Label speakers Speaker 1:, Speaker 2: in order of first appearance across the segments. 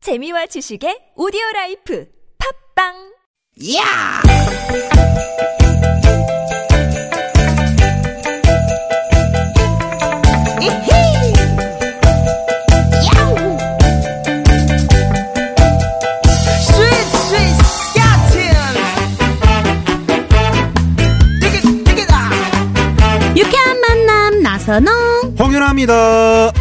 Speaker 1: 재미와 지식의 오디오 라이프 팝빵
Speaker 2: 야! 이히! 야우! 스윗, 스윗, 스캇틴! 디귿, 디귿아!
Speaker 3: 유쾌한 만남 나선홍
Speaker 4: 홍윤아입니다.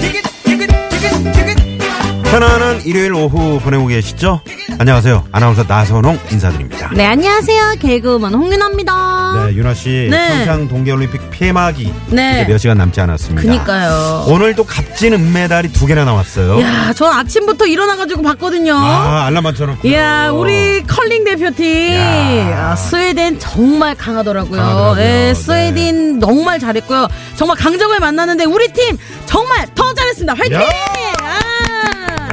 Speaker 2: 디귿, 디귿, 디귿, 디귿!
Speaker 4: 편안한 일요일 오후 보내고 계시죠? 안녕하세요. 아나운서 나선홍 인사드립니다.
Speaker 3: 네 안녕하세요 개그우먼 홍윤아입니다
Speaker 4: 네, 윤아 씨.
Speaker 3: 네.
Speaker 4: 평창 동계올림픽 폐막이
Speaker 3: 네.
Speaker 4: 이제 몇 시간 남지 않았습니다.
Speaker 3: 그니까요
Speaker 4: 오늘도 값진 은메달이 두 개나 나왔어요.
Speaker 3: 야 저 아침부터 일어나가지고 봤거든요
Speaker 4: 아, 알람 맞춰놓고.
Speaker 3: 이야 우리 컬링 대표팀
Speaker 4: 어. 야.
Speaker 3: 아, 스웨덴 정말 강하더라고요
Speaker 4: 강하더라고요. 네.
Speaker 3: 예, 스웨덴 정말 잘했고요 정말 강정을 만났는데 우리 팀 정말 더 잘했습니다 화이팅
Speaker 4: 야.
Speaker 3: 아.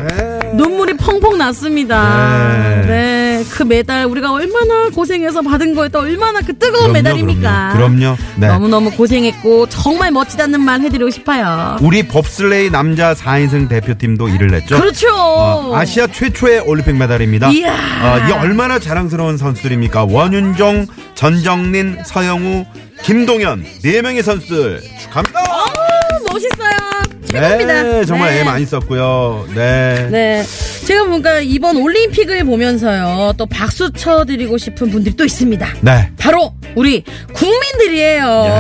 Speaker 4: 네.
Speaker 3: 눈물이 펑펑 났습니다.
Speaker 4: 네.
Speaker 3: 네. 그 메달 우리가 얼마나 고생해서 받은 거에 또 얼마나 그 뜨거운
Speaker 4: 그럼요,
Speaker 3: 메달입니까?
Speaker 4: 그럼요. 그럼요. 네.
Speaker 3: 너무너무 고생했고 정말 멋지다는 말 해드리고 싶어요.
Speaker 4: 우리 법슬레이 남자 4인승 대표팀도 일을 냈죠.
Speaker 3: 그렇죠.
Speaker 4: 어, 아시아 최초의 올림픽 메달입니다.
Speaker 3: 이야.
Speaker 4: 어, 이게 얼마나 자랑스러운 선수들입니까? 원윤종, 전정린, 서영우, 김동현 네 명의 선수들 축하합니다.
Speaker 3: 어우, 멋있어요. 최고입니다.
Speaker 4: 네, 정말 애 많이 썼고요. 네.
Speaker 3: 네. 제가 뭔가 이번 올림픽을 보면서요. 또 박수 쳐드리고 싶은 분들이 또 있습니다.
Speaker 4: 네.
Speaker 3: 바로 우리 국민들이에요. 네.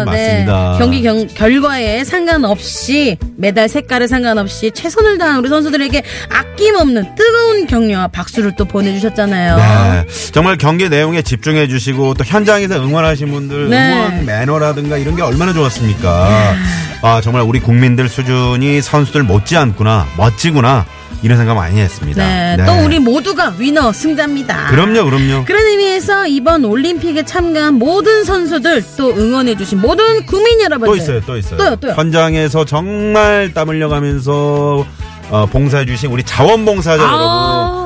Speaker 4: 예, 맞습니다.
Speaker 3: 경기 경- 결과에 상관없이 메달 색깔에 상관없이 최선을 다한 우리 선수들에게 아낌없는 뜨거운 격려와 박수를 또 보내주셨잖아요.
Speaker 4: 네. 정말 경기 내용에 집중해 주시고 또 현장에서 응원하신 분들
Speaker 3: 네.
Speaker 4: 응원 매너라든가 이런 게 얼마나 좋았습니까? 아, 정말 우리 국민들 수준이 선수들 못지않구나. 멋지구나. 이런 생각 많이 했습니다.
Speaker 3: 네,
Speaker 4: 네.
Speaker 3: 또 우리 모두가 위너 승자입니다.
Speaker 4: 그럼요, 그럼요.
Speaker 3: 그런 의미에서 이번 올림픽에 참가한 모든 선수들 또 응원해주신 모든 국민 여러분들
Speaker 4: 또 있어요, 또 있어요.
Speaker 3: 또요, 또요.
Speaker 4: 현장에서 정말 땀 흘려가면서 어, 봉사해주신 우리 자원봉사자
Speaker 3: 아.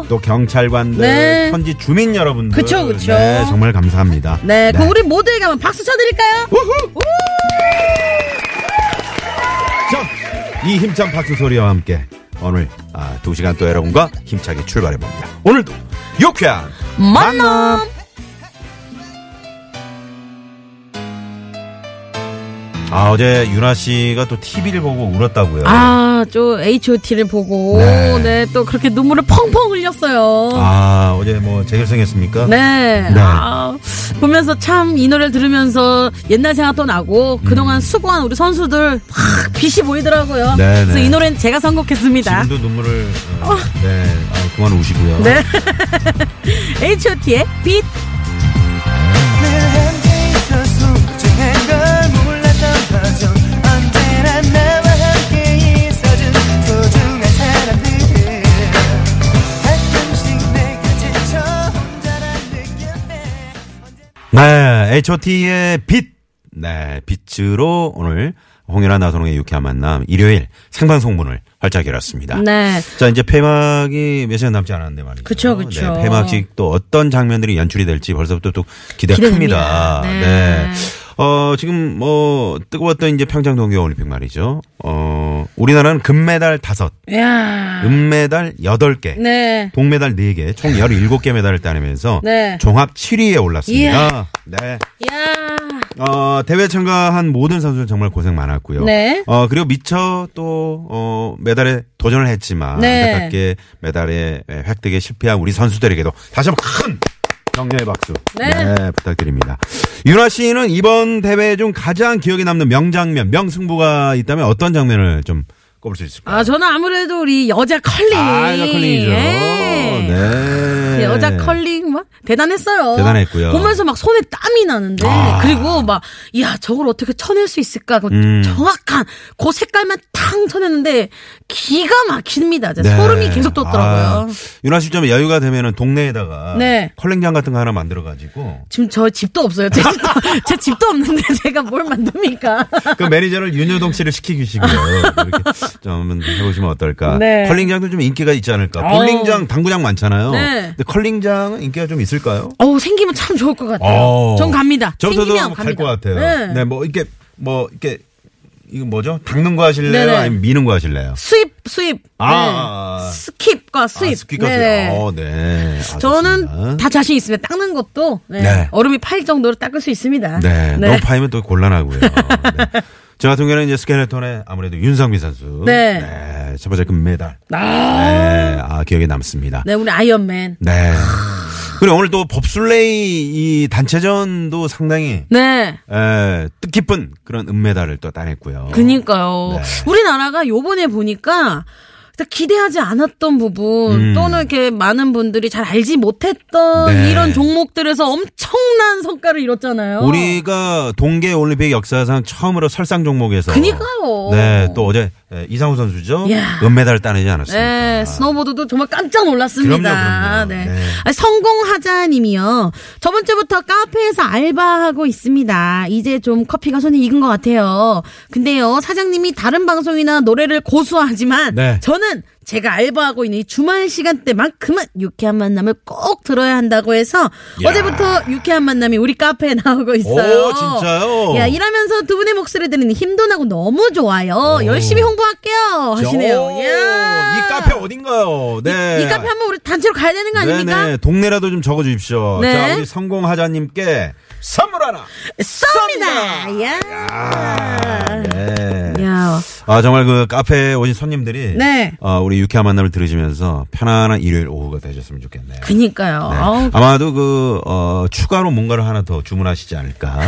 Speaker 4: 여러분, 또 경찰관들,
Speaker 3: 네.
Speaker 4: 현지 주민 여러분들,
Speaker 3: 그쵸, 그쵸.
Speaker 4: 네, 정말 감사합니다.
Speaker 3: 네, 그럼 우리 모두에게 한번 박수 쳐드릴까요?
Speaker 4: 자, 이 힘찬 박수 소리와 함께 오늘 아, 두 시간 또 여러분과 힘차게 출발해 봅니다. 오늘도 유쾌한
Speaker 3: 만남.
Speaker 4: 아 어제 윤아 씨가 또 TV를 보고 울었다고요.
Speaker 3: 아, 저 H.O.T.를 보고 네.
Speaker 4: 네.
Speaker 3: 또 그렇게 눈물을 펑펑 흘렸어요.
Speaker 4: 아, 어제 뭐 재결승했습니까?
Speaker 3: 네.
Speaker 4: 네.
Speaker 3: 아, 보면서 참 이 노래를 들으면서 옛날 생각도 나고 그동안 수고한 우리 선수들 확 빛이 보이더라고요.
Speaker 4: 음. 네,
Speaker 3: 그래서
Speaker 4: 네.
Speaker 3: 이 노래는 제가 선곡했습니다.
Speaker 4: 지금도 눈물을 어, 네 아, 그만 우시고요.
Speaker 3: 네. H.O.T.의 빛.
Speaker 5: 늘 함께 있어 소중한 걸 몰랐던 거죠 언제나 나와 함께 있어준 소중한 사람들 가끔씩 내가 지쳐 혼자란 느낌 때
Speaker 4: 네, H.O.T.의 빛. 네, 빛으로 오늘 홍연아 나선홍의 유쾌한 만남 일요일 생방송 문을 활짝 열었습니다.
Speaker 3: 네.
Speaker 4: 자, 이제 폐막이 몇 시간 남지 않았는데 말이죠.
Speaker 3: 그쵸, 그쵸.
Speaker 4: 네, 폐막식 또 어떤 장면들이 연출이 될지 벌써부터 또 기대가
Speaker 3: 기대됩니다.
Speaker 4: 큽니다.
Speaker 3: 네.
Speaker 4: 어, 지금 뭐 뜨거웠던 이제 평창 동계 올림픽 말이죠. 어, 우리나라는 금메달 다섯,
Speaker 3: 야.
Speaker 4: 은메달 여덟 개
Speaker 3: 아. 네.
Speaker 4: 동메달 4개, 총 17개 메달을 따내면서
Speaker 3: 네.
Speaker 4: 종합 7위에 올랐습니다. 네.
Speaker 3: 야.
Speaker 4: 어, 대회 참가한 모든 선수들 정말 고생 많았고요.
Speaker 3: 네.
Speaker 4: 어, 그리고 미처 또, 어, 메달에 도전을 했지만.
Speaker 3: 네.
Speaker 4: 안타깝게 메달에 예, 획득에 실패한 우리 선수들에게도 다시 한번 큰 격려의 박수.
Speaker 3: 네.
Speaker 4: 부탁드립니다. 윤아 씨는 이번 대회 중 가장 기억에 남는 명장면, 명승부가 있다면 어떤 장면을 좀 꼽을 수 있을까요?
Speaker 3: 아, 저는 아무래도 우리 여자 컬링.
Speaker 4: 아, 여자 컬링이죠.
Speaker 3: 예.
Speaker 4: 네.
Speaker 3: 여자 컬링 막 대단했어요.
Speaker 4: 대단했고요.
Speaker 3: 보면서 막 손에 땀이 나는데
Speaker 4: 아.
Speaker 3: 그리고 막 야 저걸 어떻게 쳐낼 수 있을까? 그
Speaker 4: 음.
Speaker 3: 정확한 그 색깔만 탕 쳐냈는데 기가 막힙니다. 진짜
Speaker 4: 네.
Speaker 3: 소름이 계속 돋더라고요.
Speaker 4: 아, 윤아 씨 좀 여유가 되면은 동네에다가
Speaker 3: 네.
Speaker 4: 컬링장 같은 거 하나 만들어 가지고
Speaker 3: 지금 저 집도 없어요. 제 집도, 제 집도 없는데 제가 뭘 만듭니까?
Speaker 4: 그 매니저를 윤여동 씨를 시키시고요. 이렇게 좀 해보시면 어떨까.
Speaker 3: 네.
Speaker 4: 컬링장도 좀 인기가 있지 않을까.
Speaker 3: 어.
Speaker 4: 볼링장, 당구장 많잖아요.
Speaker 3: 네.
Speaker 4: 근데 컬링장은 인기가 좀 있을까요?
Speaker 3: 어우 생기면 참 좋을 것 같아요.
Speaker 4: 어.
Speaker 3: 전 갑니다.
Speaker 4: 저부터도
Speaker 3: 생기면
Speaker 4: 갈
Speaker 3: 갑니다.
Speaker 4: 것 같아요.
Speaker 3: 네.
Speaker 4: 네. 뭐 이렇게 뭐 이렇게 이거 뭐죠? 닦는 거 하실래요?
Speaker 3: 네네.
Speaker 4: 아니면 미는 거 하실래요?
Speaker 3: 수입, 수입. 네.
Speaker 4: 아, 아, 아.
Speaker 3: 스킵과 수입.
Speaker 4: 아, 스키까지.
Speaker 3: 네네.
Speaker 4: 어, 네. 아,
Speaker 3: 저는
Speaker 4: 좋습니다.
Speaker 3: 다 자신 있으면 닦는 것도 네,
Speaker 4: 네.
Speaker 3: 얼음이 팔 정도로 닦을 수 있습니다.
Speaker 4: 네,
Speaker 3: 네.
Speaker 4: 너무 파이면 또 곤란하고요. 네. 저 같은 경우는 이제 스켈레톤에 아무래도 윤상민 선수.
Speaker 3: 네.
Speaker 4: 첫 번째 금메달.
Speaker 3: 아,
Speaker 4: 네. 아, 기억에 남습니다.
Speaker 3: 네, 우리 아이언맨.
Speaker 4: 네. 그리고 오늘 또 법슬레이 이 단체전도 상당히
Speaker 3: 네.
Speaker 4: 에, 뜻깊은 그런 은메달을 또 따냈고요. 네.
Speaker 3: 그니까요. 우리나라가 요번에 보니까 일단 기대하지 않았던 부분 또는 이렇게 많은 분들이 잘 알지 못했던
Speaker 4: 음. 네.
Speaker 3: 이런 종목들에서 엄청난 성과를 이뤘잖아요.
Speaker 4: 우리가 동계 올림픽 역사상 처음으로 설상 종목에서
Speaker 3: 그니까요.
Speaker 4: 네, 또 어제 에, 이상우 선수죠.
Speaker 3: 야.
Speaker 4: 은메달을 따내지 않았습니까?
Speaker 3: 네, 스노보드도 정말 깜짝 놀랐습니다.
Speaker 4: 그럼요, 그럼요.
Speaker 3: 네.
Speaker 4: 네.
Speaker 3: 아니, 성공하자님이요. 저번 주부터 카페에서 알바하고 있습니다. 이제 좀 커피가 손에 익은 것 같아요. 근데요, 사장님이 다른 방송이나 노래를 고수하지만
Speaker 4: 네.
Speaker 3: 저는 제가 알바하고 있는 이 주말 시간대만큼은 유쾌한 만남을 꼭 들어야 한다고 해서
Speaker 4: 야.
Speaker 3: 어제부터 유쾌한 만남이 우리 카페에 나오고 있어요.
Speaker 4: 오, 진짜요?
Speaker 3: 야, 일하면서 두 분의 목소리 들으니 힘도 나고 너무 좋아요. 열심히 홍보할게요. 하시네요.
Speaker 4: 오,
Speaker 3: 야.
Speaker 4: 이 카페 어딘가요? 네.
Speaker 3: 이 카페 한번 우리 단체로 가야 되는 거 아닙니까?
Speaker 4: 네네. 동네라도 좀 적어 주십시오.
Speaker 3: 네.
Speaker 4: 자, 우리 성공하자님께 선물 하나.
Speaker 3: 쏩니다. 야.
Speaker 4: 네.
Speaker 3: 야.
Speaker 4: 아, 정말 그 카페에 오신 손님들이
Speaker 3: 네.
Speaker 4: 어, 우리 유쾌한 만남을 들으시면서 편안한 일요일 오후가 되셨으면 좋겠네요.
Speaker 3: 그니까요.
Speaker 4: 네.
Speaker 3: 아우,
Speaker 4: 아마도 그, 어, 추가로 뭔가를 하나 더 주문하시지 않을까.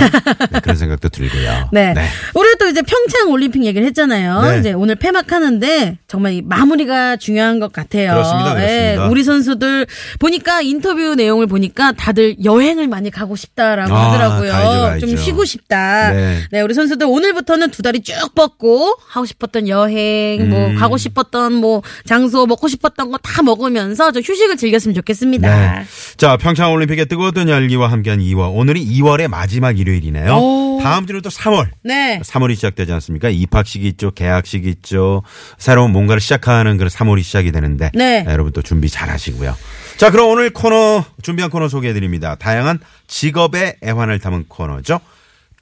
Speaker 4: 네, 그런 생각도 들고요.
Speaker 3: 네. 우리 또 이제 평창 올림픽 얘기를 했잖아요.
Speaker 4: 네.
Speaker 3: 이제 오늘 폐막하는데 정말 이 마무리가 중요한 것 같아요. 예,
Speaker 4: 그렇습니다, 그렇습니다.
Speaker 3: 우리 선수들 보니까 인터뷰 내용을 보니까 다들 여행을 많이 가고 싶다라고
Speaker 4: 아,
Speaker 3: 하더라고요.
Speaker 4: 가야죠, 가야죠.
Speaker 3: 좀 쉬고 싶다.
Speaker 4: 네.
Speaker 3: 우리 선수들 오늘부터는 두 다리 쭉 뻗고 하고 싶었던 여행,
Speaker 4: 음.
Speaker 3: 뭐 가고 싶었던 뭐 장소, 먹고 싶었던 거 다 먹으면서 좀 휴식을 즐겼으면 좋겠습니다.
Speaker 4: 네. 자, 평창 올림픽의 뜨거웠던 열기와 함께한 2월. 오늘이 2월의 마지막 일요일이네요.
Speaker 3: 오.
Speaker 4: 다음 주는 또 3월.
Speaker 3: 네.
Speaker 4: 3월이 시작되지 않습니까? 입학식이 있죠, 계약식이 있죠, 새로운 뭔가를 시작하는 그런 3월이 시작이 되는데,
Speaker 3: 네.
Speaker 4: 여러분 또 준비 잘 하시고요. 자, 그럼 오늘 코너, 준비한 코너 소개해드립니다. 다양한 직업의 애환을 담은 코너죠.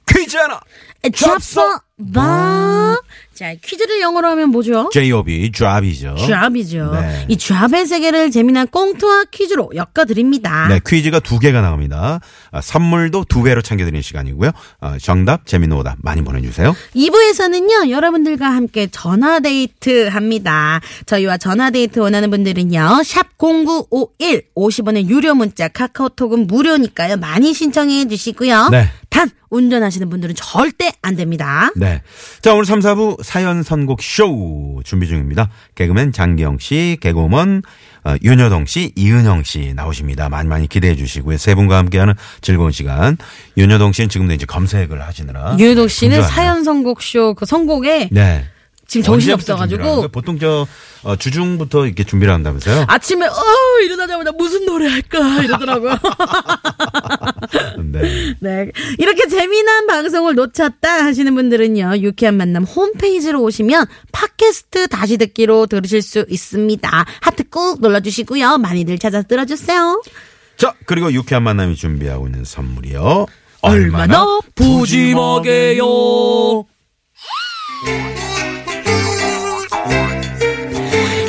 Speaker 4: 퀴즈 하나!
Speaker 3: 잡서 봐. 네. 자, 퀴즈를 영어로 하면 뭐죠?
Speaker 4: J.O.B. 드랍이죠.
Speaker 3: 쥐압이죠.
Speaker 4: 네.
Speaker 3: 이 쥐압의 세계를 재미난 꽁트와 퀴즈로 엮어드립니다.
Speaker 4: 네, 퀴즈가 두 개가 나옵니다. 아, 선물도 두 배로 챙겨드리는 시간이고요. 아, 정답, 재미있는 오답 많이 보내주세요.
Speaker 3: 2부에서는요, 여러분들과 함께 전화데이트 합니다. 저희와 전화데이트 원하는 분들은요, 샵0951, 50원의 유료 문자, 카카오톡은 무료니까요, 많이 신청해 주시고요.
Speaker 4: 네.
Speaker 3: 단, 운전하시는 분들은 절대 안 됩니다.
Speaker 4: 네. 자, 오늘 3, 4부 사연 선곡 쇼 준비 중입니다. 개그맨 장기영 씨, 개그우먼 어, 윤여동 씨, 이은영 씨 나오십니다. 많이 많이 기대해 주시고요. 세 분과 함께하는 즐거운 시간. 윤여동 씨는 지금도 이제 검색을 하시느라.
Speaker 3: 유효동 씨는
Speaker 4: 분주하네요.
Speaker 3: 사연 선곡쇼 그 선곡에
Speaker 4: 네.
Speaker 3: 지금 정신이
Speaker 4: 언제부터 준비를 하는 거예요?
Speaker 3: 없어가지고
Speaker 4: 보통 저 어, 주중부터 이렇게 준비를 한다면서요?
Speaker 3: 아침에 어 일어나자마자 무슨 노래 할까 이러더라고요.
Speaker 4: 네.
Speaker 3: 네. 이렇게 재미난 방송을 놓쳤다 하시는 분들은요, 유쾌한 만남 홈페이지로 오시면 팟캐스트 다시 듣기로 들으실 수 있습니다. 하트 꾹 눌러주시고요. 많이들 찾아 들어주세요.
Speaker 4: 자, 그리고 유쾌한 만남이 준비하고 있는 선물이요.
Speaker 3: 얼마나 푸짐하게요.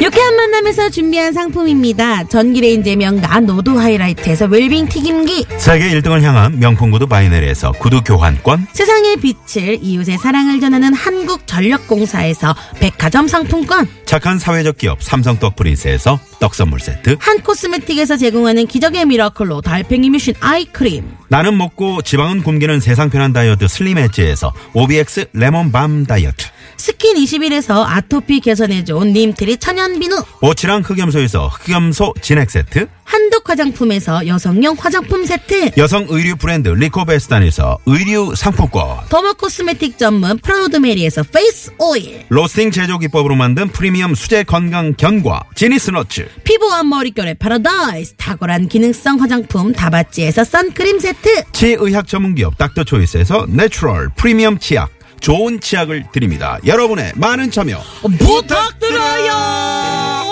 Speaker 3: 유쾌한 만남에서 준비한 상품입니다. 전기레인지 명가 노도 하이라이트에서 웰빙 튀김기.
Speaker 4: 세계 1등을 향한 명품 구두 바이네리에서 구두 교환권.
Speaker 3: 세상의 빛을 이웃의 사랑을 전하는 한국전력공사에서 백화점 상품권.
Speaker 4: 착한 사회적 기업 삼성 떡 프린스에서 떡 선물 세트
Speaker 3: 한 코스메틱에서 제공하는 기적의 미라클로 달팽이 뮤신 아이크림
Speaker 4: 나는 먹고 지방은 굶기는 세상 편한 다이어트 슬림 엣지에서 오비엑스 레몬밤 다이어트
Speaker 3: 스킨 21에서 아토피 개선해준 님트리 천연비누
Speaker 4: 오치랑 흑염소에서 흑염소 진액 세트
Speaker 3: 한독 화장품에서 여성용 화장품 세트
Speaker 4: 여성 의류 브랜드 리코베스탄에서 의류 상품권
Speaker 3: 더머 코스메틱 전문 프라우드메리에서 페이스 오일
Speaker 4: 로스팅 제조 기법으로 만든 프리미엄 수제 건강 견과 지니스너츠
Speaker 3: 피부와 머릿결의 파라다이스 탁월한 기능성 화장품 다바찌에서 선크림 세트
Speaker 4: 치의학 전문기업 닥터초이스에서 내추럴 프리미엄 치약 좋은 치약을 드립니다 여러분의 많은 참여
Speaker 3: 부탁드려요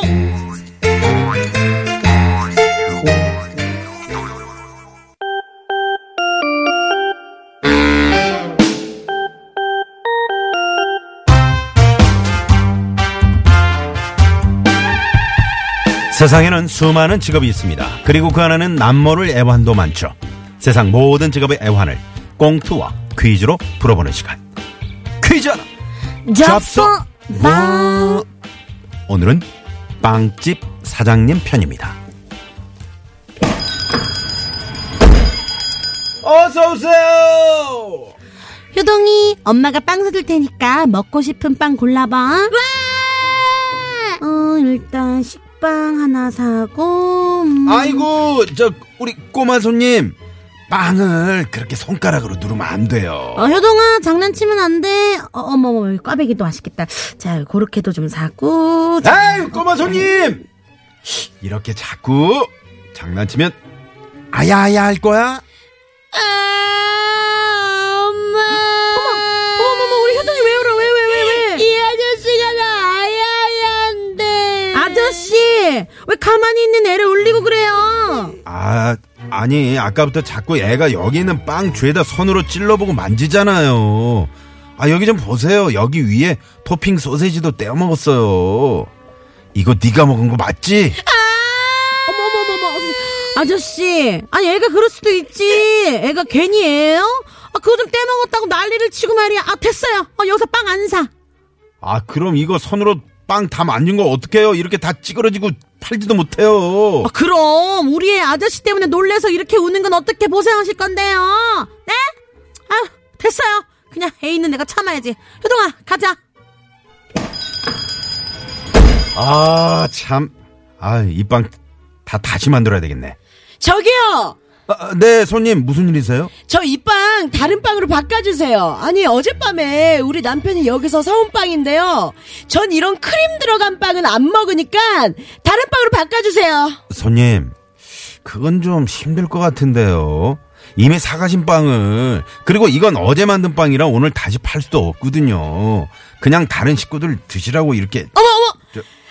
Speaker 4: 세상에는 수많은 직업이 있습니다. 그리고 그 안에는 남모를 애환도 많죠. 세상 모든 직업의 애환을 꽁트와 퀴즈로 풀어보는 시간. 퀴즈 하나.
Speaker 3: 접수
Speaker 4: 뭐. 오늘은 빵집 사장님 편입니다. 어서 오세요.
Speaker 3: 효동이 엄마가 빵 사줄 테니까 먹고 싶은 빵 골라봐. 어 일단 식빵 하나 사고. 음.
Speaker 4: 아이고 저 우리 꼬마 손님 빵을 그렇게 손가락으로 누르면 안 돼요.
Speaker 3: 어, 효동아 장난치면 안 돼. 어, 어머 어머 여기 꽈배기도 맛있겠다. 자 그렇게도 좀 사고. 자,
Speaker 4: 아유 꼬마 손님 이렇게 자꾸 장난치면 아야아야 할 거야.
Speaker 6: 아, 엄마.
Speaker 3: 어머머 우리 효동이 왜 울어? 왜 왜, 왜, 왜?
Speaker 6: 이 아저씨가 나 아야야한데.
Speaker 3: 아저씨 왜 가만히 있는 애를 울리고 그래요?
Speaker 4: 아 아니 아까부터 자꾸 애가 여기 있는 빵 죄다 손으로 찔러보고 만지잖아요. 아 여기 좀 보세요. 여기 위에 토핑 소세지도 떼어 먹었어요. 이거 네가 먹은 거 맞지?
Speaker 3: 어머머머머 아저씨 아니 애가 그럴 수도 있지 애가 괜히 애예요? 아 그거 좀 떼먹었다고 난리를 치고 말이야 아 됐어요 아 여기서 빵 안사
Speaker 4: 아 그럼 이거 손으로 빵 다 만진 거 어떡해요? 이렇게 다 찌그러지고 팔지도 못해요.
Speaker 3: 아 그럼 우리 애 아저씨 때문에 놀래서 이렇게 우는 건 어떻게 보상하실 건데요 네? 아 됐어요 그냥 애 있는 애가 참아야지 효동아 가자
Speaker 4: 아, 참. 아, 이 빵 다 다시 만들어야 되겠네.
Speaker 6: 저기요.
Speaker 4: 아, 네, 손님, 무슨 일이세요?
Speaker 6: 저 이 빵 다른 빵으로 바꿔주세요. 아니 어젯밤에 우리 남편이 여기서 사온 빵인데요. 전 이런 크림 들어간 빵은 안 먹으니까 다른 빵으로 바꿔주세요.
Speaker 4: 손님, 그건 좀 힘들 것 같은데요. 이미 사가신 빵을, 그리고 이건 어제 만든 빵이라 오늘 다시 팔 수도 없거든요. 그냥 다른 식구들 드시라고 이렇게.
Speaker 6: 어머 어머.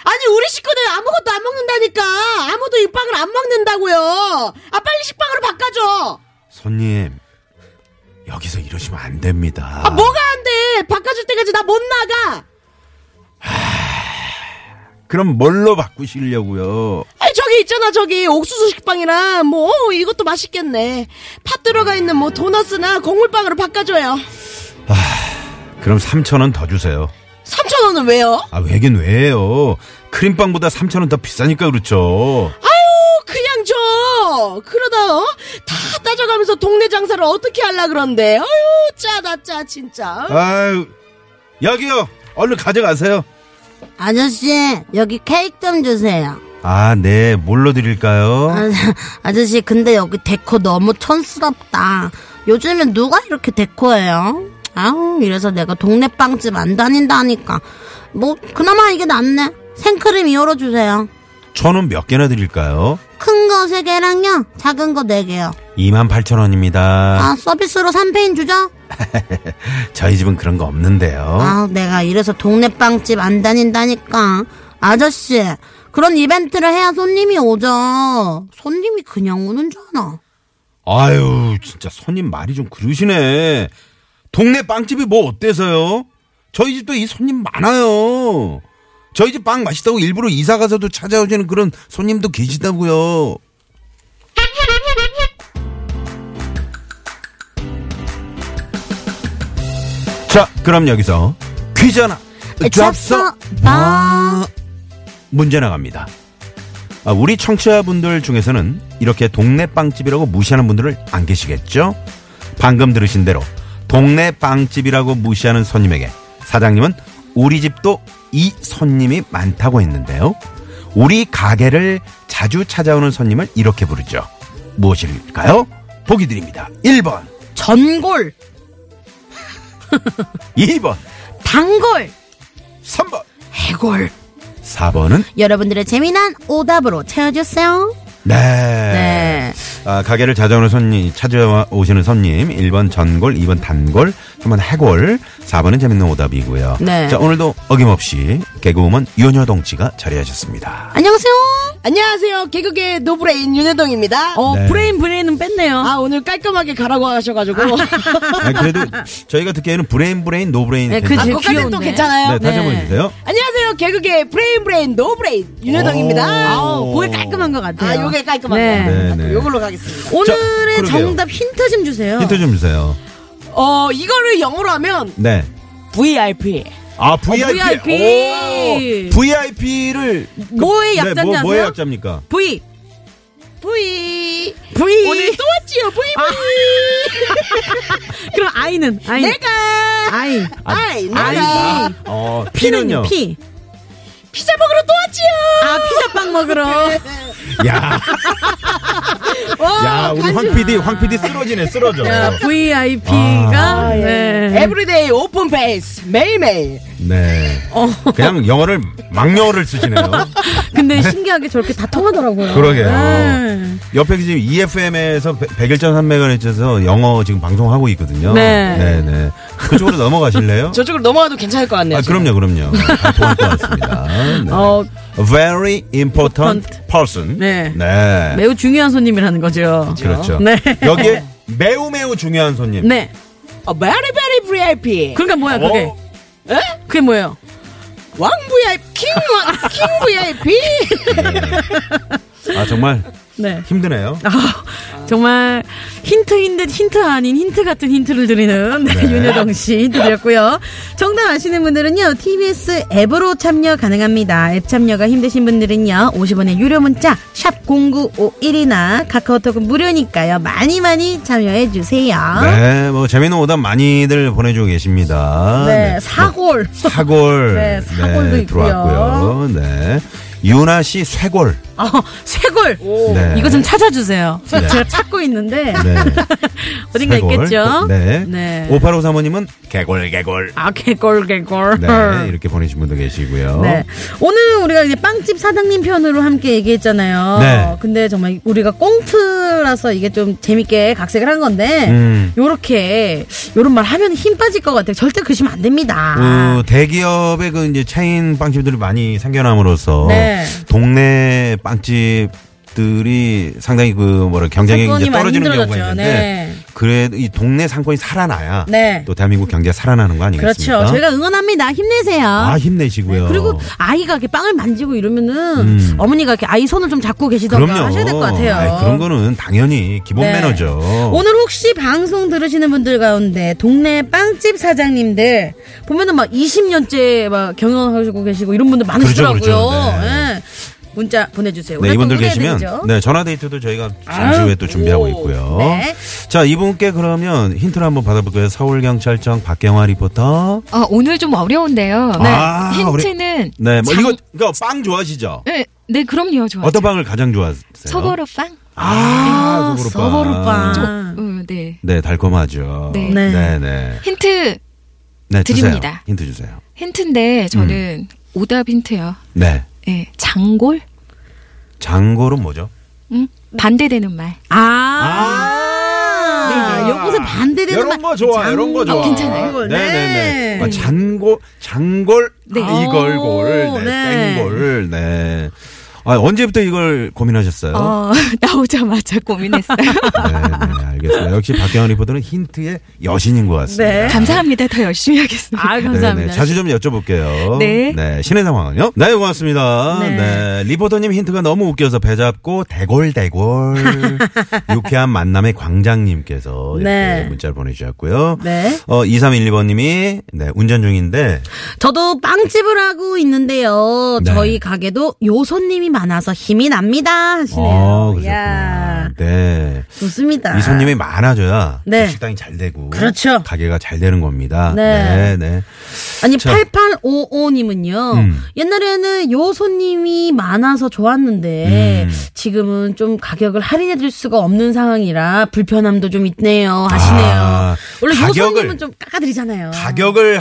Speaker 6: 아니 우리 식구들 아무것도 안 먹는다니까 아무도 이 빵을 안 먹는다고요. 아 빨리 식빵으로 바꿔줘.
Speaker 4: 손님, 여기서 이러시면 안 됩니다.
Speaker 6: 아 뭐가 안 돼? 바꿔줄 때까지 나 못 나가.
Speaker 4: 그럼 뭘로 바꾸시려고요?
Speaker 6: 아니 저기 있잖아 저기 옥수수 식빵이랑 뭐 어, 이것도 맛있겠네 팥 들어가 있는 뭐 도넛이나 곡물빵으로 바꿔줘요
Speaker 4: 그럼 3,000원 더 주세요.
Speaker 6: 3,000원은 왜요? 어,
Speaker 4: 아, 왜긴 왜요? 크림빵보다 3,000원 더 비싸니까 그렇죠.
Speaker 6: 아유 그냥 줘 그러다 어? 다 따져가면서 동네 장사를 어떻게 할라 그런데 아유 짜다 짜 진짜
Speaker 4: 아유, 여기요. 얼른 가져가세요.
Speaker 3: 아저씨 여기 케이크 좀 주세요
Speaker 4: 아, 네. 뭘로 드릴까요?
Speaker 3: 아저씨 근데 여기 데코 너무 촌스럽다. 요즘엔 누가 이렇게 데코해요? 아우 이래서 내가 동네 빵집 안 다닌다니까. 뭐 그나마 이게 낫네. 생크림 2호로 주세요.
Speaker 4: 천원 몇 개나 드릴까요?
Speaker 3: 큰 거 3개랑요. 작은 거 4개요.
Speaker 4: 28,000원입니다.
Speaker 3: 아 서비스로 3페인 주죠?
Speaker 4: 저희 집은 그런 거 없는데요.
Speaker 3: 아우 내가 이래서 동네 빵집 안 다닌다니까. 아저씨 그런 이벤트를 해야 손님이 오죠. 손님이 그냥 오는 줄 아나.
Speaker 4: 아유, 진짜 손님 말이 좀 그러시네. 동네 빵집이 뭐 어때서요? 저희 집도 이 손님 많아요. 저희 집 빵 맛있다고 일부러 이사 가서도 찾아오시는 그런 손님도 계시다고요. 자, 그럼 여기서 퀴즈 하나.
Speaker 3: 잡서 빵.
Speaker 4: 문제 나갑니다. 아, 우리 청취자분들 중에서는 이렇게 동네 빵집이라고 무시하는 분들을 안 계시겠죠? 방금 들으신 대로 동네 빵집이라고 무시하는 손님에게 사장님은 우리 집도 이 손님이 많다고 했는데요. 우리 가게를 자주 찾아오는 손님을 이렇게 부르죠. 무엇일까요? 보기 드립니다. 1번,
Speaker 3: 전골,
Speaker 4: 2번,
Speaker 3: 단골,
Speaker 4: 3번,
Speaker 3: 해골.
Speaker 4: 4번은
Speaker 3: 여러분들의 재미난 오답으로 채워주세요.
Speaker 4: 네.
Speaker 3: 네.
Speaker 4: 아, 가게를 찾아오는 손님, 찾아오시는 손님, 1번 전골, 2번 단골, 3번 해골, 4번은 재밌는 오답이고요.
Speaker 3: 네.
Speaker 4: 자, 오늘도 어김없이 개그우먼 윤여동 씨가 자리하셨습니다.
Speaker 3: 안녕하세요.
Speaker 6: 안녕하세요 개그계 노브레인 윤혜동입니다
Speaker 3: 어,
Speaker 4: 네.
Speaker 3: 브레인 브레인은 뺐네요.
Speaker 6: 아 오늘 깔끔하게 가라고 하셔가지고
Speaker 4: 아, 그래도 저희가 듣기에는 브레인, 브레인, 노브레인.
Speaker 3: 네,
Speaker 4: 괜찮-
Speaker 3: 그치.
Speaker 6: 아, 그것까지는 또
Speaker 3: 귀여운데.
Speaker 6: 괜찮아요
Speaker 4: 네, 다시
Speaker 3: 네.
Speaker 4: 한번 해주세요.
Speaker 6: 안녕하세요 개그계 브레인 브레인 노 브레인 윤여동입니다.
Speaker 3: 아우, 그게 깔끔한 것 같아요.
Speaker 6: 아, 요게 깔끔한
Speaker 3: 네.
Speaker 6: 거.
Speaker 4: 네, 네.
Speaker 6: 요걸로 가겠습니다.
Speaker 3: 오늘의
Speaker 4: 자, 그러게요.
Speaker 3: 정답 힌트 좀 주세요.
Speaker 4: 힌트 좀 주세요.
Speaker 6: 어, 이거를 영어로 하면
Speaker 4: 네.
Speaker 6: VIP.
Speaker 4: 아,
Speaker 6: 어,
Speaker 4: VIP.
Speaker 3: VIP.
Speaker 4: VIP를
Speaker 3: 뭐의 약자인지
Speaker 4: 네, 뭐, 뭐의
Speaker 3: 아세요?
Speaker 4: 약자입니까?
Speaker 3: V.
Speaker 6: V.
Speaker 3: V.
Speaker 6: 오늘 또 왔지요, V.
Speaker 3: 아. 그럼 아이는 아이.
Speaker 6: 내가
Speaker 3: 아이.
Speaker 6: 아이,
Speaker 4: 아이,
Speaker 6: 나가.
Speaker 4: 나. 어,
Speaker 3: 피는요.
Speaker 4: 피는요.
Speaker 3: 피.
Speaker 6: 피자 먹으러 또 왔지요.
Speaker 3: 아 피자빵 먹으러.
Speaker 4: 야, 야, 우리 황 PD, 황 PD 쓰러지네, 쓰러져.
Speaker 3: 자, VIP가
Speaker 4: 아, 예.
Speaker 3: 네.
Speaker 6: 에브리데이 오픈 페이스 매일매일
Speaker 4: 네.
Speaker 3: 어,
Speaker 4: 그냥 영어를 망영어를 쓰시네요.
Speaker 3: 근데 신기하게 저렇게 다 통하더라고요.
Speaker 4: 그러게요.
Speaker 3: 네.
Speaker 4: 옆에 그 지금 E EFM에서 101.3MHz에서 영어 지금 방송하고 있거든요.
Speaker 3: 네.
Speaker 4: 네, 네. 그쪽으로 넘어가실래요?
Speaker 6: 저쪽으로 넘어가도 괜찮을 것 같네요.
Speaker 4: 아,
Speaker 6: 지금.
Speaker 4: 그럼요, 그럼요. 다 통할 것 같습니다. 네.
Speaker 3: 어,
Speaker 4: Very important person.
Speaker 3: 네.
Speaker 4: 네.
Speaker 3: 매우 중요한 손님이라는 거죠.
Speaker 4: 그렇죠.
Speaker 3: 네.
Speaker 4: 여기에 매우 매우 중요한 손님.
Speaker 3: 네.
Speaker 6: 어, very very VIP.
Speaker 3: 그러니까 뭐야 그게?
Speaker 4: 어.
Speaker 6: 에?
Speaker 3: 그게 뭐예요?
Speaker 6: 왕 VIP, 킹왕킹 VIP.
Speaker 4: 아 정말
Speaker 3: 네.
Speaker 4: 힘드네요.
Speaker 3: 아, 정말 힌트인 듯 힌트 아닌 힌트 같은 힌트를 드리는 네, 윤여정 씨 힌트 드렸고요. 정답 아시는 분들은요. TBS 앱으로 참여 가능합니다. 앱 참여가 힘드신 분들은요. 50원의 유료 문자 샵 0951이나 카카오톡은 무료니까요. 많이 많이 참여해 주세요.
Speaker 4: 네, 뭐 재미있는 오답 많이들 보내주고 계십니다.
Speaker 3: 네,
Speaker 4: 뭐
Speaker 3: 사골.
Speaker 4: 사골.
Speaker 3: 네, 사골도 있고요.
Speaker 4: 들어왔고요. 네. 유나 씨 쇠골.
Speaker 3: 어, 쇄골.
Speaker 4: 네.
Speaker 3: 이거 좀 찾아주세요.
Speaker 4: 네.
Speaker 3: 제가 찾고 있는데
Speaker 4: 네.
Speaker 3: 어딘가
Speaker 4: 쇠골.
Speaker 3: 있겠죠.
Speaker 4: 네.
Speaker 3: 네.
Speaker 4: 5853 사모님은 개골 개골.
Speaker 3: 아 개골 개골.
Speaker 4: 네, 이렇게 보내신 분도 계시고요.
Speaker 3: 네. 오늘 우리가 이제 빵집 사장님 편으로 함께 얘기했잖아요.
Speaker 4: 네.
Speaker 3: 근데 정말 우리가 꽁트라서 이게 좀 재밌게 각색을 한 건데,
Speaker 4: 음.
Speaker 3: 요렇게, 요런 말 하면 힘 빠질 것 같아요. 절대 그러시면 안 됩니다.
Speaker 4: 그 대기업의 그 이제 체인 빵집들이 많이 생겨남으로써
Speaker 3: 네.
Speaker 4: 동네 빵집들이 상당히 그 뭐라 경쟁력이
Speaker 3: 상권이
Speaker 4: 이제 떨어지는
Speaker 3: 많이
Speaker 4: 경우가
Speaker 3: 힘들어졌죠.
Speaker 4: 있는데
Speaker 3: 네.
Speaker 4: 그래도 이 동네 상권이 살아나야
Speaker 3: 네.
Speaker 4: 또 대한민국 경제가 살아나는 거 아니겠습니까?
Speaker 3: 그렇죠. 저희가 응원합니다. 힘내세요.
Speaker 4: 아 힘내시고요.
Speaker 3: 그리고 아이가 이렇게 빵을 만지고 이러면은
Speaker 4: 음.
Speaker 3: 어머니가 이렇게 아이 손을 좀 잡고 계시던가
Speaker 4: 그럼요.
Speaker 3: 하셔야 될 것 같아요.
Speaker 4: 아이, 그런 거는 당연히 기본
Speaker 3: 네.
Speaker 4: 매너죠.
Speaker 3: 오늘 혹시 방송 들으시는 분들 가운데 동네 빵집 사장님들 보면은 막 20년째 막 경영하시고 계시고 이런 분들 많으시더라고요.
Speaker 4: 그렇죠, 그렇죠. 네.
Speaker 3: 예. 문자 보내주세요.
Speaker 4: 네,
Speaker 3: 오늘
Speaker 4: 이분들
Speaker 3: 또
Speaker 4: 계시면
Speaker 3: 소개해드리죠.
Speaker 4: 네, 전화 데이트도 저희가 잠시
Speaker 3: 아유,
Speaker 4: 후에 또 준비하고
Speaker 6: 오.
Speaker 4: 있고요.
Speaker 3: 네.
Speaker 4: 자, 이분께 그러면 힌트를 한번 받아볼까요? 서울 경찰청 박경화 리포터.
Speaker 7: 아, 오늘 좀 어려운데요.
Speaker 4: 아,
Speaker 7: 힌트는
Speaker 4: 네, 뭐
Speaker 7: 장-
Speaker 4: 이거 이거 빵 좋아하시죠?
Speaker 7: 네, 네, 그럼요. 좋아요.
Speaker 4: 어떤 어? 빵을 가장 좋아하세요?
Speaker 7: 서버로 빵?
Speaker 4: 아,
Speaker 3: 서버루빵.
Speaker 7: 어, 네.
Speaker 4: 네, 달콤하죠.
Speaker 7: 네.
Speaker 4: 네,
Speaker 3: 네.
Speaker 4: 네. 네,
Speaker 7: 힌트
Speaker 4: 주세요.
Speaker 7: 드립니다.
Speaker 4: 힌트 주세요.
Speaker 7: 힌트인데 저는
Speaker 4: 음.
Speaker 7: 오답 힌트요.
Speaker 4: 네.
Speaker 7: 예. 장골?
Speaker 4: 장골은 뭐죠?
Speaker 7: 응? 반대되는 말.
Speaker 3: 아,
Speaker 4: 네, 네.
Speaker 3: 요것에 반대되는
Speaker 4: 이런 거 좋아, 이런 거 좋아.
Speaker 7: 어, 괜찮아요.
Speaker 3: 장골,
Speaker 4: 네, 네,
Speaker 3: 네.
Speaker 4: 네. 아, 장골, 장골, 아, 이걸
Speaker 3: 오,
Speaker 4: 골, 네,
Speaker 3: 네.
Speaker 4: 땡골, 네. 아, 언제부터 이걸 고민하셨어요?
Speaker 7: 어, 나오자마자 고민했어요.
Speaker 4: 네, 네, 알겠습니다. 역시 박경원 리포터는 힌트의 여신인 것 같습니다.
Speaker 3: 네.
Speaker 7: 감사합니다. 더 열심히 하겠습니다.
Speaker 3: 아,
Speaker 4: 네,
Speaker 3: 감사합니다.
Speaker 4: 네. 자주 좀 여쭤볼게요.
Speaker 7: 네.
Speaker 4: 신의 상황은요? 네, 고맙습니다.
Speaker 3: 네.
Speaker 4: 네. 리포터님 힌트가 너무 웃겨서 배 잡고 대골대골. 유쾌한 만남의 광장님께서 이렇게
Speaker 3: 네.
Speaker 4: 문자를 보내주셨고요.
Speaker 3: 네.
Speaker 4: 어, 2312번님이 네, 운전 중인데
Speaker 3: 저도 빵집을 하고 있는데요.
Speaker 4: 네.
Speaker 3: 저희 가게도 요 손님이 많아서 힘이 납니다. 하시네요.
Speaker 4: 어,
Speaker 3: 이야,
Speaker 4: 그러셨구나. 네.
Speaker 3: 좋습니다.
Speaker 4: 이 손님이 많아져야
Speaker 3: 네.
Speaker 4: 식당이 잘 되고
Speaker 3: 그렇죠.
Speaker 4: 가게가 잘 되는 겁니다.
Speaker 3: 네.
Speaker 4: 네, 네.
Speaker 3: 아니
Speaker 4: 자.
Speaker 3: 8855님은요.
Speaker 4: 음.
Speaker 3: 옛날에는 요 손님이 많아서 좋았는데
Speaker 4: 음.
Speaker 3: 지금은 좀 가격을 할인해 줄 수가 없는 상황이라 불편함도 좀 있네요. 하시네요.
Speaker 4: 아,
Speaker 3: 원래 요
Speaker 4: 가격을-
Speaker 3: 손님은 좀 깎아드리잖아요.
Speaker 4: 가격을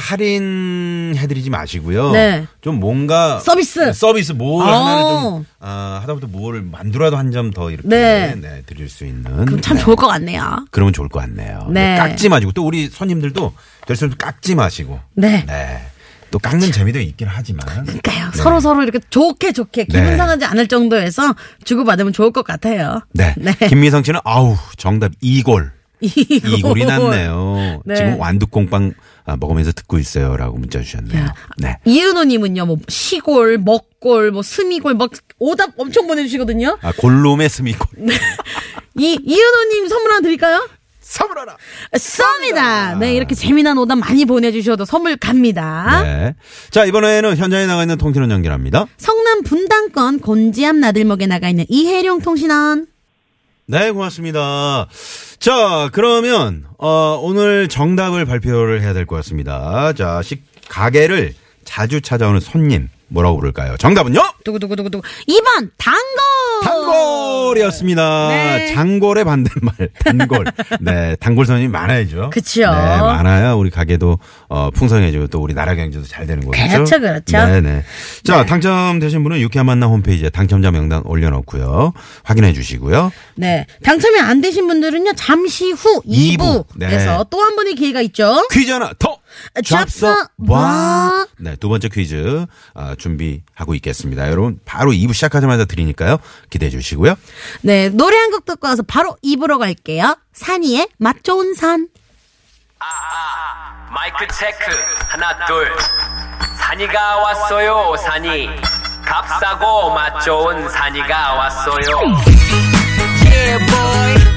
Speaker 4: 할인해드리지 마시고요.
Speaker 3: 네.
Speaker 4: 좀 뭔가 네,
Speaker 3: 서비스.
Speaker 4: 서비스 뭘
Speaker 3: 어.
Speaker 4: 하나를 좀 아, 하다못해 뭘 만들어도 한 점 더 이렇게
Speaker 3: 네.
Speaker 4: 네. 드릴 수 있는.
Speaker 3: 그럼 음, 참
Speaker 4: 네.
Speaker 3: 좋을 것 같네요.
Speaker 4: 그러면 좋을 것 같네요.
Speaker 3: 네.
Speaker 4: 네, 깎지 마시고 또 우리 손님들도 될수 있으면 깎지 마시고.
Speaker 3: 네.
Speaker 4: 네. 또 깎는 재미도 있긴 하지만.
Speaker 3: 그러니까요. 서로 서로 이렇게 좋게 좋게 기분
Speaker 4: 네.
Speaker 3: 상하지 않을 정도에서 주고받으면 좋을 것 같아요. 네.
Speaker 4: 네. 김미성 씨는 아우 정답 이골. 이골이 났네요.
Speaker 3: 네.
Speaker 4: 지금 완두콩빵 아, 먹으면서 듣고 있어요라고 문자 주셨네요. 네.
Speaker 3: 이은호님은요, 뭐, 시골, 먹골, 뭐, 스미골, 막, 오답 엄청 보내주시거든요.
Speaker 4: 아, 골룸의 스미골.
Speaker 3: 이, 이은호님 선물 하나 드릴까요?
Speaker 4: 사물하라.
Speaker 3: 썸이다! 네, 이렇게 재미난 오답 많이 보내주셔도 선물 갑니다.
Speaker 4: 네. 자, 이번에는 현장에 나가 있는 통신원 연결합니다.
Speaker 3: 성남 분당권 곤지암 나들목에 나가 있는 이혜룡 통신원.
Speaker 4: 네, 고맙습니다. 자, 그러면 어, 오늘 정답을 발표를 해야 될 것 같습니다. 자, 식 가게를 자주 찾아오는 손님 뭐라고 부를까요? 정답은요?
Speaker 3: 두구두구두구두구. 2번, 단골!
Speaker 4: 단골이었습니다.
Speaker 3: 네.
Speaker 4: 장골의 반대말 단골. 네, 단골 손님 많아야죠.
Speaker 3: 그쵸.
Speaker 4: 네, 많아야 우리 가게도 어, 풍성해지고 또 우리 나라 경제도 잘 되는 거죠.
Speaker 3: 그렇죠, 그렇죠.
Speaker 4: 네네. 자, 당첨되신 분은 유쾌한 만남 홈페이지에 당첨자 명단 올려놓고요. 확인해 주시고요.
Speaker 3: 네. 당첨이 안 되신 분들은요, 잠시 후
Speaker 4: 이부.
Speaker 3: 2부에서
Speaker 4: 네.
Speaker 3: 또 한 번의 기회가 있죠.
Speaker 4: 퀴즈 하나 더
Speaker 3: 잡숴 봐.
Speaker 4: 네, 두 번째 퀴즈 아, 준비하고 있겠습니다. 여러분 바로 2부 시작하자마자 드리니까요. 기대해 주시고요.
Speaker 3: 네. 노래 한 곡 듣고 와서 바로 2부로 갈게요. 산이의 맛 좋은 산.
Speaker 8: 아, 마이크 체크 하나 둘 산이가 왔어요 산이 값싸고 맛 좋은 산이가 왔어요
Speaker 2: Yeah, boy.